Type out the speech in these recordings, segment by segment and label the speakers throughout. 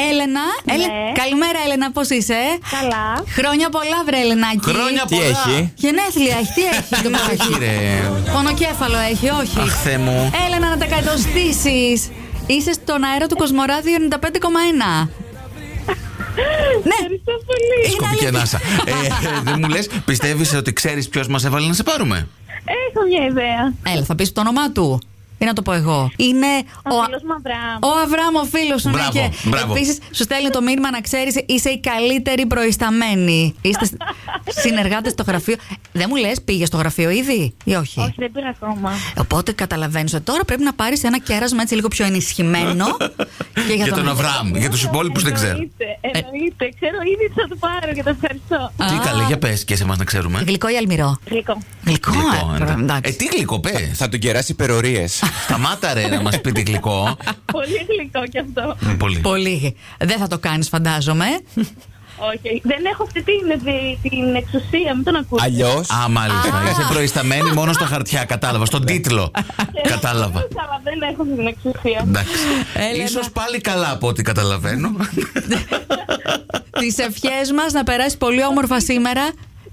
Speaker 1: Έλενα. Έλε... Καλημέρα, Έλενα, πώς είσαι.
Speaker 2: Καλά.
Speaker 1: Χρόνια πολλά, βρε Ελενάκη.
Speaker 3: Χρόνια
Speaker 4: Τι
Speaker 3: πολλά.
Speaker 4: έχει.
Speaker 1: Γενέθλια έχει, τι έχει το
Speaker 3: Όχι,
Speaker 1: παιδάκι.
Speaker 3: ρε.
Speaker 1: Πονοκέφαλο έχει, όχι.
Speaker 3: Αχ, Θεέ μου.
Speaker 1: Έλενα, να τα κατοστήσεις. Είσαι στον αέρα του Κοσμοράδιου 95,1. ναι,
Speaker 2: Ευχαριστώ πολύ.
Speaker 3: Σκοπική ανάσα. Ε, Δεν μου λες, πιστεύεις ότι ξέρεις ποιος μας έβαλε να σε πάρουμε.
Speaker 2: Έχω μια ιδέα.
Speaker 1: έλα, θα πεις το όνομά του. Ή να το πω εγώ. Είναι
Speaker 2: Ο
Speaker 1: ο,
Speaker 2: φίλος Μαυρά.
Speaker 1: Ο Αβράμ, ο φίλος σου.
Speaker 3: Μπράβο,
Speaker 1: ναι, και
Speaker 3: μπράβο.
Speaker 1: επίσης σου στέλνει το μήνυμα να ξέρεις, είσαι η καλύτερη προϊσταμένη. Είστε συνεργάτες στο γραφείο. Δεν μου λες, πήγες στο γραφείο ήδη ή όχι.
Speaker 2: Όχι, δεν πήρα ακόμα.
Speaker 1: Οπότε καταλαβαίνεις ότι τώρα πρέπει να πάρεις ένα κέρασμα έτσι λίγο πιο ενισχυμένο. και
Speaker 3: Για τον
Speaker 1: Αβράμ.
Speaker 3: Αβραάμ. Για τους υπόλοιπους δεν ξέρω.
Speaker 2: Εννοείται, εννοείται. Ξέρω ήδη τι θα του πάρω και το ευχαριστώ.
Speaker 3: Τι
Speaker 1: Α.
Speaker 3: καλέ, για πες και σε εμάς να ξέρουμε.
Speaker 1: Γλυκό ή αλμυρό.
Speaker 2: Γλυκό.
Speaker 1: Γλυκό, ε,
Speaker 3: ε,
Speaker 1: τώρα,
Speaker 3: Ε,
Speaker 1: εντάξει.
Speaker 3: τι γλυκό, πες.
Speaker 4: Θα τον κεράσει περορίε.
Speaker 3: Σταμάτα ρε να μας πει τι γλυκό.
Speaker 2: Πολύ γλυκό κι αυτό.
Speaker 3: Πολύ.
Speaker 1: Πολύ. Δεν θα το κάνεις, φαντάζομαι.
Speaker 2: Όχι, δεν έχω αυτή την, την εξουσία, μην τον ακούω.
Speaker 4: Αλλιώς.
Speaker 3: Α, μάλιστα. Είσαι προϊσταμένη μόνο στα χαρτιά, κατάλαβα. Στον τίτλο. Κατάλαβα. Ναι.
Speaker 2: Αλλά δεν έχω αυτή την εξουσία.
Speaker 3: Εντάξει.
Speaker 1: Έλενα.
Speaker 3: Ίσως πάλι καλά από ό,τι καταλαβαίνω.
Speaker 1: Τις ευχές μας να περάσει πολύ όμορφα σήμερα.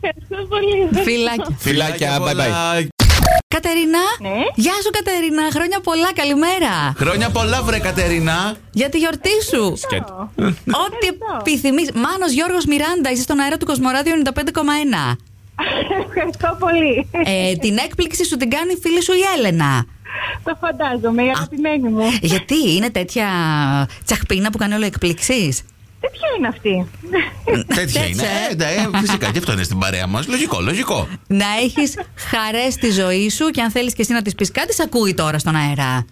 Speaker 2: Ευχαριστώ πολύ.
Speaker 1: Φιλάκια.
Speaker 4: Φιλάκια, bye bye.
Speaker 3: πολλά.
Speaker 1: Κατερίνα.
Speaker 2: Ναι.
Speaker 1: Γεια σου, Κατερίνα. Χρόνια πολλά. Καλημέρα.
Speaker 3: Χρόνια πολλά, βρε Κατερίνα.
Speaker 1: Για τη γιορτή σου. Ό,τι επιθυμείς. Μάνος Γιώργος Μιράντα, είσαι στον αέρα του Κοσμοράδιου 95,1.
Speaker 2: Ευχαριστώ πολύ.
Speaker 1: Ε, την έκπληξη σου την κάνει η φίλη σου η Έλενα.
Speaker 2: Το φαντάζομαι, η αγαπημένη μου.
Speaker 1: Γιατί είναι τέτοια τσαχπίνα που κάνει όλο εκπλήξεις.
Speaker 2: Ε, Ποια είναι αυτή.
Speaker 3: Τέτοια είναι.
Speaker 1: Τέτοια, ε.
Speaker 3: Ε, ναι, ε, φυσικά και αυτό είναι στην παρέα μας. Λογικό, λογικό.
Speaker 1: Να έχεις χαρές στη ζωή σου και αν θέλεις και εσύ να τη πεις κάτι, σε ακούει τώρα στον αέρα.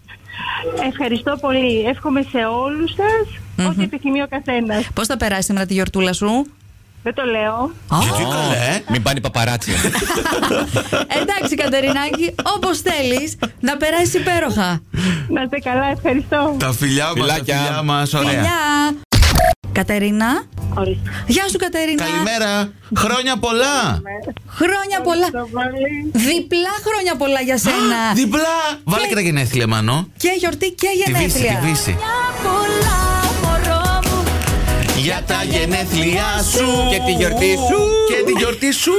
Speaker 2: Ευχαριστώ πολύ. Εύχομαι σε όλους σας ό,τι επιθυμεί ο καθένας.
Speaker 1: Πώς θα περάσει σήμερα τη γιορτούλα σου,
Speaker 2: Δεν το λέω.
Speaker 1: Ω,
Speaker 3: Γιατί καλέ.
Speaker 4: Μην πάνε οι παπαράτσι.
Speaker 1: Εντάξει, Κατερινάκη, όπως θέλεις, να περάσει υπέροχα.
Speaker 2: Να είστε καλά, ευχαριστώ.
Speaker 3: Τα φιλιά μας. Τα
Speaker 4: Φιλάκια.
Speaker 3: φιλιά μας. Ωραία.
Speaker 1: Γεια. Κατερίνα.
Speaker 2: Ορίστε.
Speaker 1: Γεια σου, Κατερίνα.
Speaker 3: Καλημέρα. Χρόνια πολλά.
Speaker 1: Χρόνια πολλά.
Speaker 2: Το πολύ.
Speaker 1: Διπλά χρόνια πολλά για σένα.
Speaker 3: Διπλά. Βάλε και τα γενέθλια, Μάνο.
Speaker 1: και γιορτή και
Speaker 3: Τη Βύση, τη
Speaker 1: γενέθλια.
Speaker 3: Βύση. Για τα γενέθλια σου.
Speaker 4: Και τη γιορτή σου.
Speaker 3: Και τη γιορτή σου.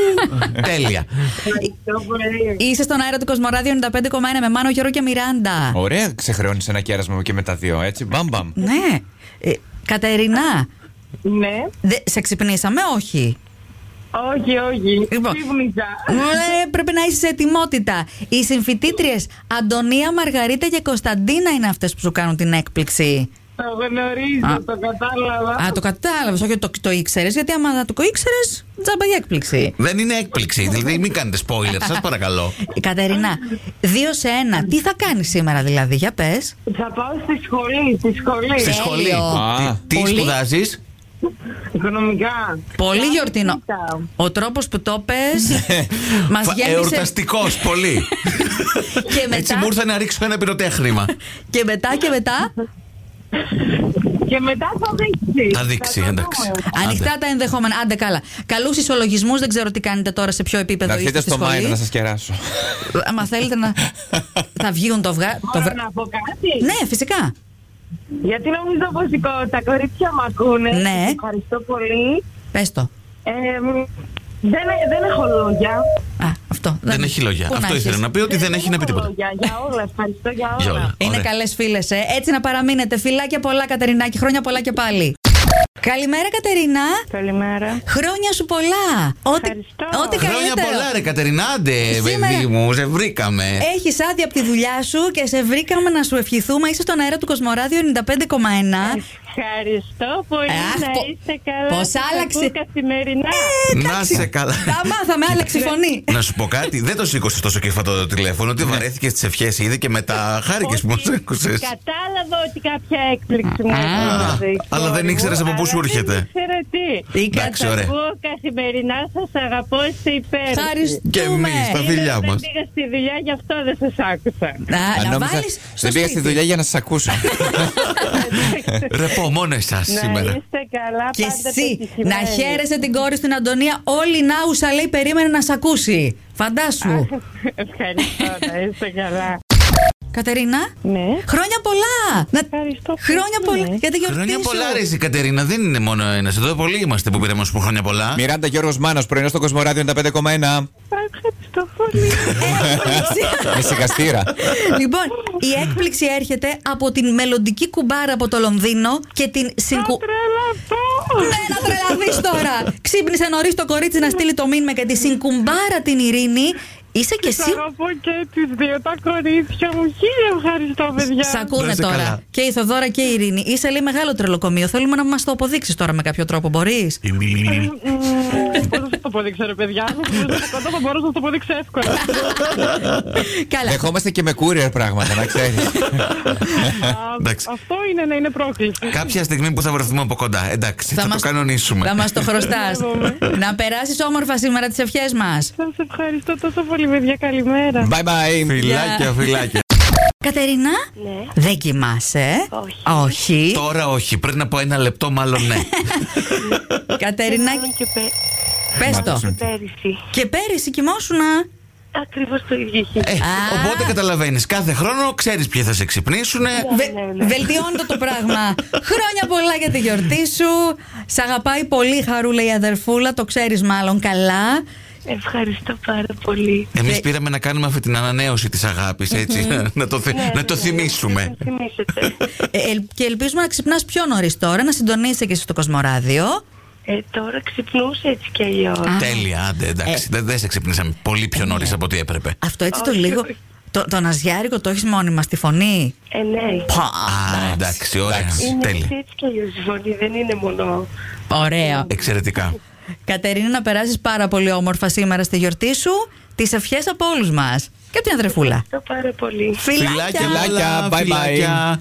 Speaker 3: Τέλεια.
Speaker 2: Ευχαριστώ πολύ.
Speaker 1: Είσαι στον αέρα του Κοσμοράδιο 95,1 με Μάνο Γιώργο και Μιράντα.
Speaker 4: Ωραία, ξεχρεώνεις ένα κέρασμα και με τα δύο, έτσι. Μπαμ μπαμ.
Speaker 1: Ναι. Ε, Κατερινά,
Speaker 2: Ναι.
Speaker 1: δε, σε ξυπνήσαμε, όχι.
Speaker 2: Όχι, όχι.
Speaker 1: Λοιπόν.
Speaker 2: Ξύπνησα.
Speaker 1: Ε, πρέπει να είσαι σε ετοιμότητα. Οι συμφοιτήτριες Αντωνία, Μαργαρίτα και Κωνσταντίνα είναι αυτές που σου κάνουν την έκπληξη.
Speaker 2: Το γνωρίζω,
Speaker 1: Α.
Speaker 2: το κατάλαβα.
Speaker 1: Α, το κατάλαβες, όχι ότι το, το ήξερες, γιατί άμα δεν το ήξερες, τζάμπα η έκπληξη.
Speaker 3: Δεν είναι έκπληξη. Δηλαδή, μην κάνετε spoiler, σας παρακαλώ.
Speaker 1: Ε, Κατερινά, δύο σε ένα. Τι θα κάνεις σήμερα, δηλαδή, για πες.
Speaker 2: Θα πάω στη σχολή, στη σχολή.
Speaker 3: Στη σχολή.
Speaker 4: Α,
Speaker 3: Τι- Τι
Speaker 1: πολύ.
Speaker 3: σπουδάζεις.
Speaker 2: Οικονομικά.
Speaker 1: Πολύ γιορτινό.
Speaker 2: Κοίτα.
Speaker 1: Ο τρόπος που το πες
Speaker 3: Ναι.
Speaker 1: μας γέμισε.
Speaker 3: Εορταστικός, πολύ.
Speaker 1: και,
Speaker 3: Έτσι μου
Speaker 1: μετά,
Speaker 3: ήρθε να ρίξω ένα πυροτέχνημα.
Speaker 1: και μετά και μετά.
Speaker 2: Και μετά θα δείξει.
Speaker 3: Θα δείξει,
Speaker 2: το
Speaker 3: εντάξει.
Speaker 2: δούμε.
Speaker 3: Άντε.
Speaker 1: Ανοιχτά τα ενδεχόμενα. Άντε καλά. Καλούς ισολογισμούς, δεν ξέρω τι κάνετε τώρα, σε ποιο επίπεδο
Speaker 4: Να
Speaker 1: είστε.
Speaker 4: έρθετε
Speaker 1: στη
Speaker 4: στο Μάινο
Speaker 1: σχολή.
Speaker 4: να σας κεράσω.
Speaker 1: Άμα θέλετε να. θα βγουν το βγά. το
Speaker 2: Μπορώ
Speaker 1: βρα-
Speaker 2: να πω κάτι.
Speaker 1: Ναι, φυσικά.
Speaker 2: Γιατί νομίζω πως οι κο- τα κορίτσια μ' ακούνε.
Speaker 1: Ναι.
Speaker 2: Ευχαριστώ πολύ.
Speaker 1: Πες το.
Speaker 2: Ε, μ, δεν, δεν έχω λόγια.
Speaker 1: Α, αυτό.
Speaker 3: Δεν έχει λόγια.
Speaker 1: Πού να
Speaker 3: Αυτό ήθελα
Speaker 1: έχεις.
Speaker 3: να πει ότι δεν
Speaker 2: Δεν
Speaker 3: έχει να πει
Speaker 2: έχω
Speaker 3: τίποτα.
Speaker 2: Λόγια, για όλα, ευχαριστώ για
Speaker 3: Για
Speaker 2: όλα.
Speaker 3: όλα.
Speaker 1: Είναι
Speaker 3: Ωραία.
Speaker 1: καλές φίλες, ε. Έτσι να παραμείνετε. Φιλάκια πολλά, Κατερινάκη. Χρόνια πολλά και πάλι. Καλημέρα, Κατερινά.
Speaker 2: Καλημέρα.
Speaker 1: Χρόνια σου πολλά. Ό,τι,
Speaker 2: Ευχαριστώ.
Speaker 1: ό,τι
Speaker 3: Χρόνια
Speaker 1: καλύτερο.
Speaker 3: πολλά, ρε Κατερινάντε,
Speaker 1: Σήμερα-
Speaker 3: παιδί μου, σε βρήκαμε.
Speaker 1: Έχεις άδεια από τη δουλειά σου και σε βρήκαμε να σου ευχηθούμε. Είσαι στον αέρα του Κοσμοράδιο 95,1.
Speaker 2: Ευχαριστώ πολύ.
Speaker 1: Ε, Αχ,
Speaker 2: να
Speaker 1: πο-
Speaker 2: είστε καλά.
Speaker 1: πώς
Speaker 2: Σας
Speaker 1: άλλαξε. Ε.
Speaker 2: ακούω Καθημερινά.
Speaker 3: Να σε καλά.
Speaker 1: Τα μάθαμε, άλλαξε η φωνή.
Speaker 3: Να σου πω κάτι, δεν το σήκωσε τόσο κεφατό το τηλέφωνο,
Speaker 1: Ναι.
Speaker 3: ότι βαρέθηκε τι ευχέ ήδη και μετά χάρηκες που μα
Speaker 2: Όχι,
Speaker 3: έκουσε.
Speaker 2: Κατάλαβα ότι κάποια έκπληξη μου
Speaker 1: Α,
Speaker 2: έφτασε η
Speaker 3: αλλά
Speaker 2: κόρη
Speaker 3: δεν
Speaker 2: μου,
Speaker 3: ήξερες από πού
Speaker 2: αλλά
Speaker 3: σου έρχεται.
Speaker 2: Δεν ήξερα τι.
Speaker 1: Η
Speaker 3: Εντάξει,
Speaker 2: Σας
Speaker 3: ωραία.
Speaker 2: ακούω καθημερινά, σας αγαπώ, είστε υπέροχοι.
Speaker 1: Ευχαριστούμε.
Speaker 3: Και εμείς, τα φίλια
Speaker 2: Δεν
Speaker 3: μας.
Speaker 2: πήγα στη δουλειά, γι' αυτό δεν σας άκουσα.
Speaker 1: Να,
Speaker 4: Αν
Speaker 1: να
Speaker 4: νόμιζα-
Speaker 1: βάλεις στο
Speaker 4: Δεν πήγα στη
Speaker 1: σπίτι.
Speaker 4: δουλειά για να σας ακούσω.
Speaker 3: Ρε πω, μόνος εσά
Speaker 2: Να
Speaker 3: σήμερα.
Speaker 2: είστε καλά,
Speaker 1: Και
Speaker 2: πάντα
Speaker 1: εσύ να
Speaker 2: πετυχημένοι.
Speaker 1: χαίρεσαι την κόρη στην Αντωνία. Όλη η Νάουσα λέει περίμενε να σ' ακούσει. Φαντάσου.
Speaker 2: Ευχαριστώ, να είστε καλά.
Speaker 1: Κατερίνα.
Speaker 2: Ναι.
Speaker 1: Χρόνια πολλά! Να-
Speaker 2: Ευχαριστώ πολύ.
Speaker 1: Χρόνια πολλά.
Speaker 2: Ναι.
Speaker 1: Για τα γιορτή
Speaker 3: Χρόνια
Speaker 1: σου.
Speaker 3: πολλά, ρε, εσύ, Κατερίνα. Δεν είναι μόνο ένας. Εδώ πολλοί είμαστε που πήραμε να σου πούμε χρόνια πολλά.
Speaker 4: Μιράντα Γιώργος Μάνος, πρωινός στο Κοσμοράδιο 95,1.
Speaker 2: Ευχαριστώ πολύ.
Speaker 4: Με συγχαστήρα.
Speaker 1: Ε, λοιπόν, η έκπληξη έρχεται από την μελλοντική κουμπάρα από το Λονδίνο και την συγκου...
Speaker 2: Τρελαθώ.
Speaker 1: Ναι, να τρελαθείς τώρα! Ξύπνησε νωρίς το κορίτσι να στείλει το μήνυμα και τη συγκουμπάρα την Ειρήνη. Είσαι και εσύ.
Speaker 2: Σ' αγαπώ και τις δύο τα κορίτσια μου. Χίλια ευχαριστώ, παιδιά.
Speaker 1: Σ' ακούνε
Speaker 3: Να είσαι
Speaker 1: τώρα.
Speaker 3: καλά.
Speaker 1: Και η Θοδώρα και η Ειρήνη. Είσαι λέει μεγάλο τρελοκομείο. Θέλουμε να μας το αποδείξεις τώρα με κάποιο τρόπο. Μπορείς.
Speaker 2: Μμμ, Πώς να σας το αποδείξω, ρε παιδιά. Κοντά θα μπορούσα να σας το αποδείξω εύκολα.
Speaker 1: Καλά.
Speaker 4: Δεχόμαστε και με courier πράγματα, να ξέρεις.
Speaker 2: Α,
Speaker 3: Εντάξει.
Speaker 2: Αυτό είναι να είναι πρόκληση.
Speaker 3: Κάποια στιγμή που θα βρεθούμε από κοντά. Εντάξει, θα,
Speaker 1: μας-
Speaker 3: το κανονίσουμε.
Speaker 1: Θα μας το χρωστάς.
Speaker 2: Σέβομαι.
Speaker 1: να περάσεις όμορφα σήμερα τις ευχές μας.
Speaker 2: Σας ευχαριστώ τόσο πολύ, παιδιά. Καλημέρα.
Speaker 4: Bye bye.
Speaker 3: Φιλάκια, φιλάκια.
Speaker 1: Κατερίνα,
Speaker 2: Ναι.
Speaker 1: δεν κοιμάσαι. ε?
Speaker 2: Όχι.
Speaker 1: Όχι.
Speaker 3: Τώρα όχι. Πριν από ένα λεπτό, μάλλον ναι.
Speaker 1: Κατερίνα,
Speaker 2: Ήμουν και πέ-
Speaker 1: πες το.
Speaker 4: Μ'
Speaker 2: πέρυσι.
Speaker 1: Και πέρυσι κοιμόσουνα.
Speaker 2: Ακριβώς το ίδιο είχε.
Speaker 3: Ε, οπότε καταλαβαίνεις. Κάθε χρόνο ξέρεις ποιοι θα σε ξυπνήσουν.
Speaker 1: Βε,
Speaker 2: ναι, ναι.
Speaker 1: Βελτιώνεται το πράγμα. Χρόνια πολλά για τη γιορτή σου. Σ' αγαπάει πολύ, χαρούλα η αδερφούλα. Το ξέρεις μάλλον καλά.
Speaker 2: Ευχαριστώ πάρα πολύ.
Speaker 3: Εμείς
Speaker 1: Και-
Speaker 3: πήραμε να κάνουμε αυτή την ανανέωση της αγάπης, έτσι. να το, θυ-
Speaker 2: Ναι,
Speaker 3: να το θυμίσουμε.
Speaker 2: Θυμήσετε.
Speaker 1: Ε, ελ- και ελπίζουμε να ξυπνάς πιο νωρίς τώρα, να συντονίσει και εσύ στο Κοσμοράδιο.
Speaker 2: Ε, τώρα ξυπνούσε έτσι κι αλλιώς.
Speaker 1: Α,
Speaker 3: Τέλεια, άντε, εντάξει. Δεν, δεν σε ξυπνήσαμε πολύ πιο νωρίς από ό,τι έπρεπε.
Speaker 1: Αυτό έτσι το
Speaker 2: Όχι,
Speaker 1: λίγο.
Speaker 2: όχι.
Speaker 1: Το, τον Αζιάρικο το έχεις μόνιμα στη φωνή.
Speaker 2: Ε, ναι.
Speaker 1: Πα,
Speaker 3: Α, εντάξει, ωραία.
Speaker 2: Είναι
Speaker 3: Τέλεια.
Speaker 2: έτσι κι αλλιώς η φωνή, δεν είναι μόνο.
Speaker 1: Ωραίο.
Speaker 3: Εξαιρετικά.
Speaker 1: Κατερίνα, να περάσεις πάρα πολύ όμορφα σήμερα στη γιορτή σου. Τις ευχές από όλους μας. Και από την αδερφούλα.
Speaker 2: Ευχαριστώ πάρα πολύ.
Speaker 1: Φιλάκια.
Speaker 3: πολλά,
Speaker 4: Bye, bye.
Speaker 3: φιλάκια.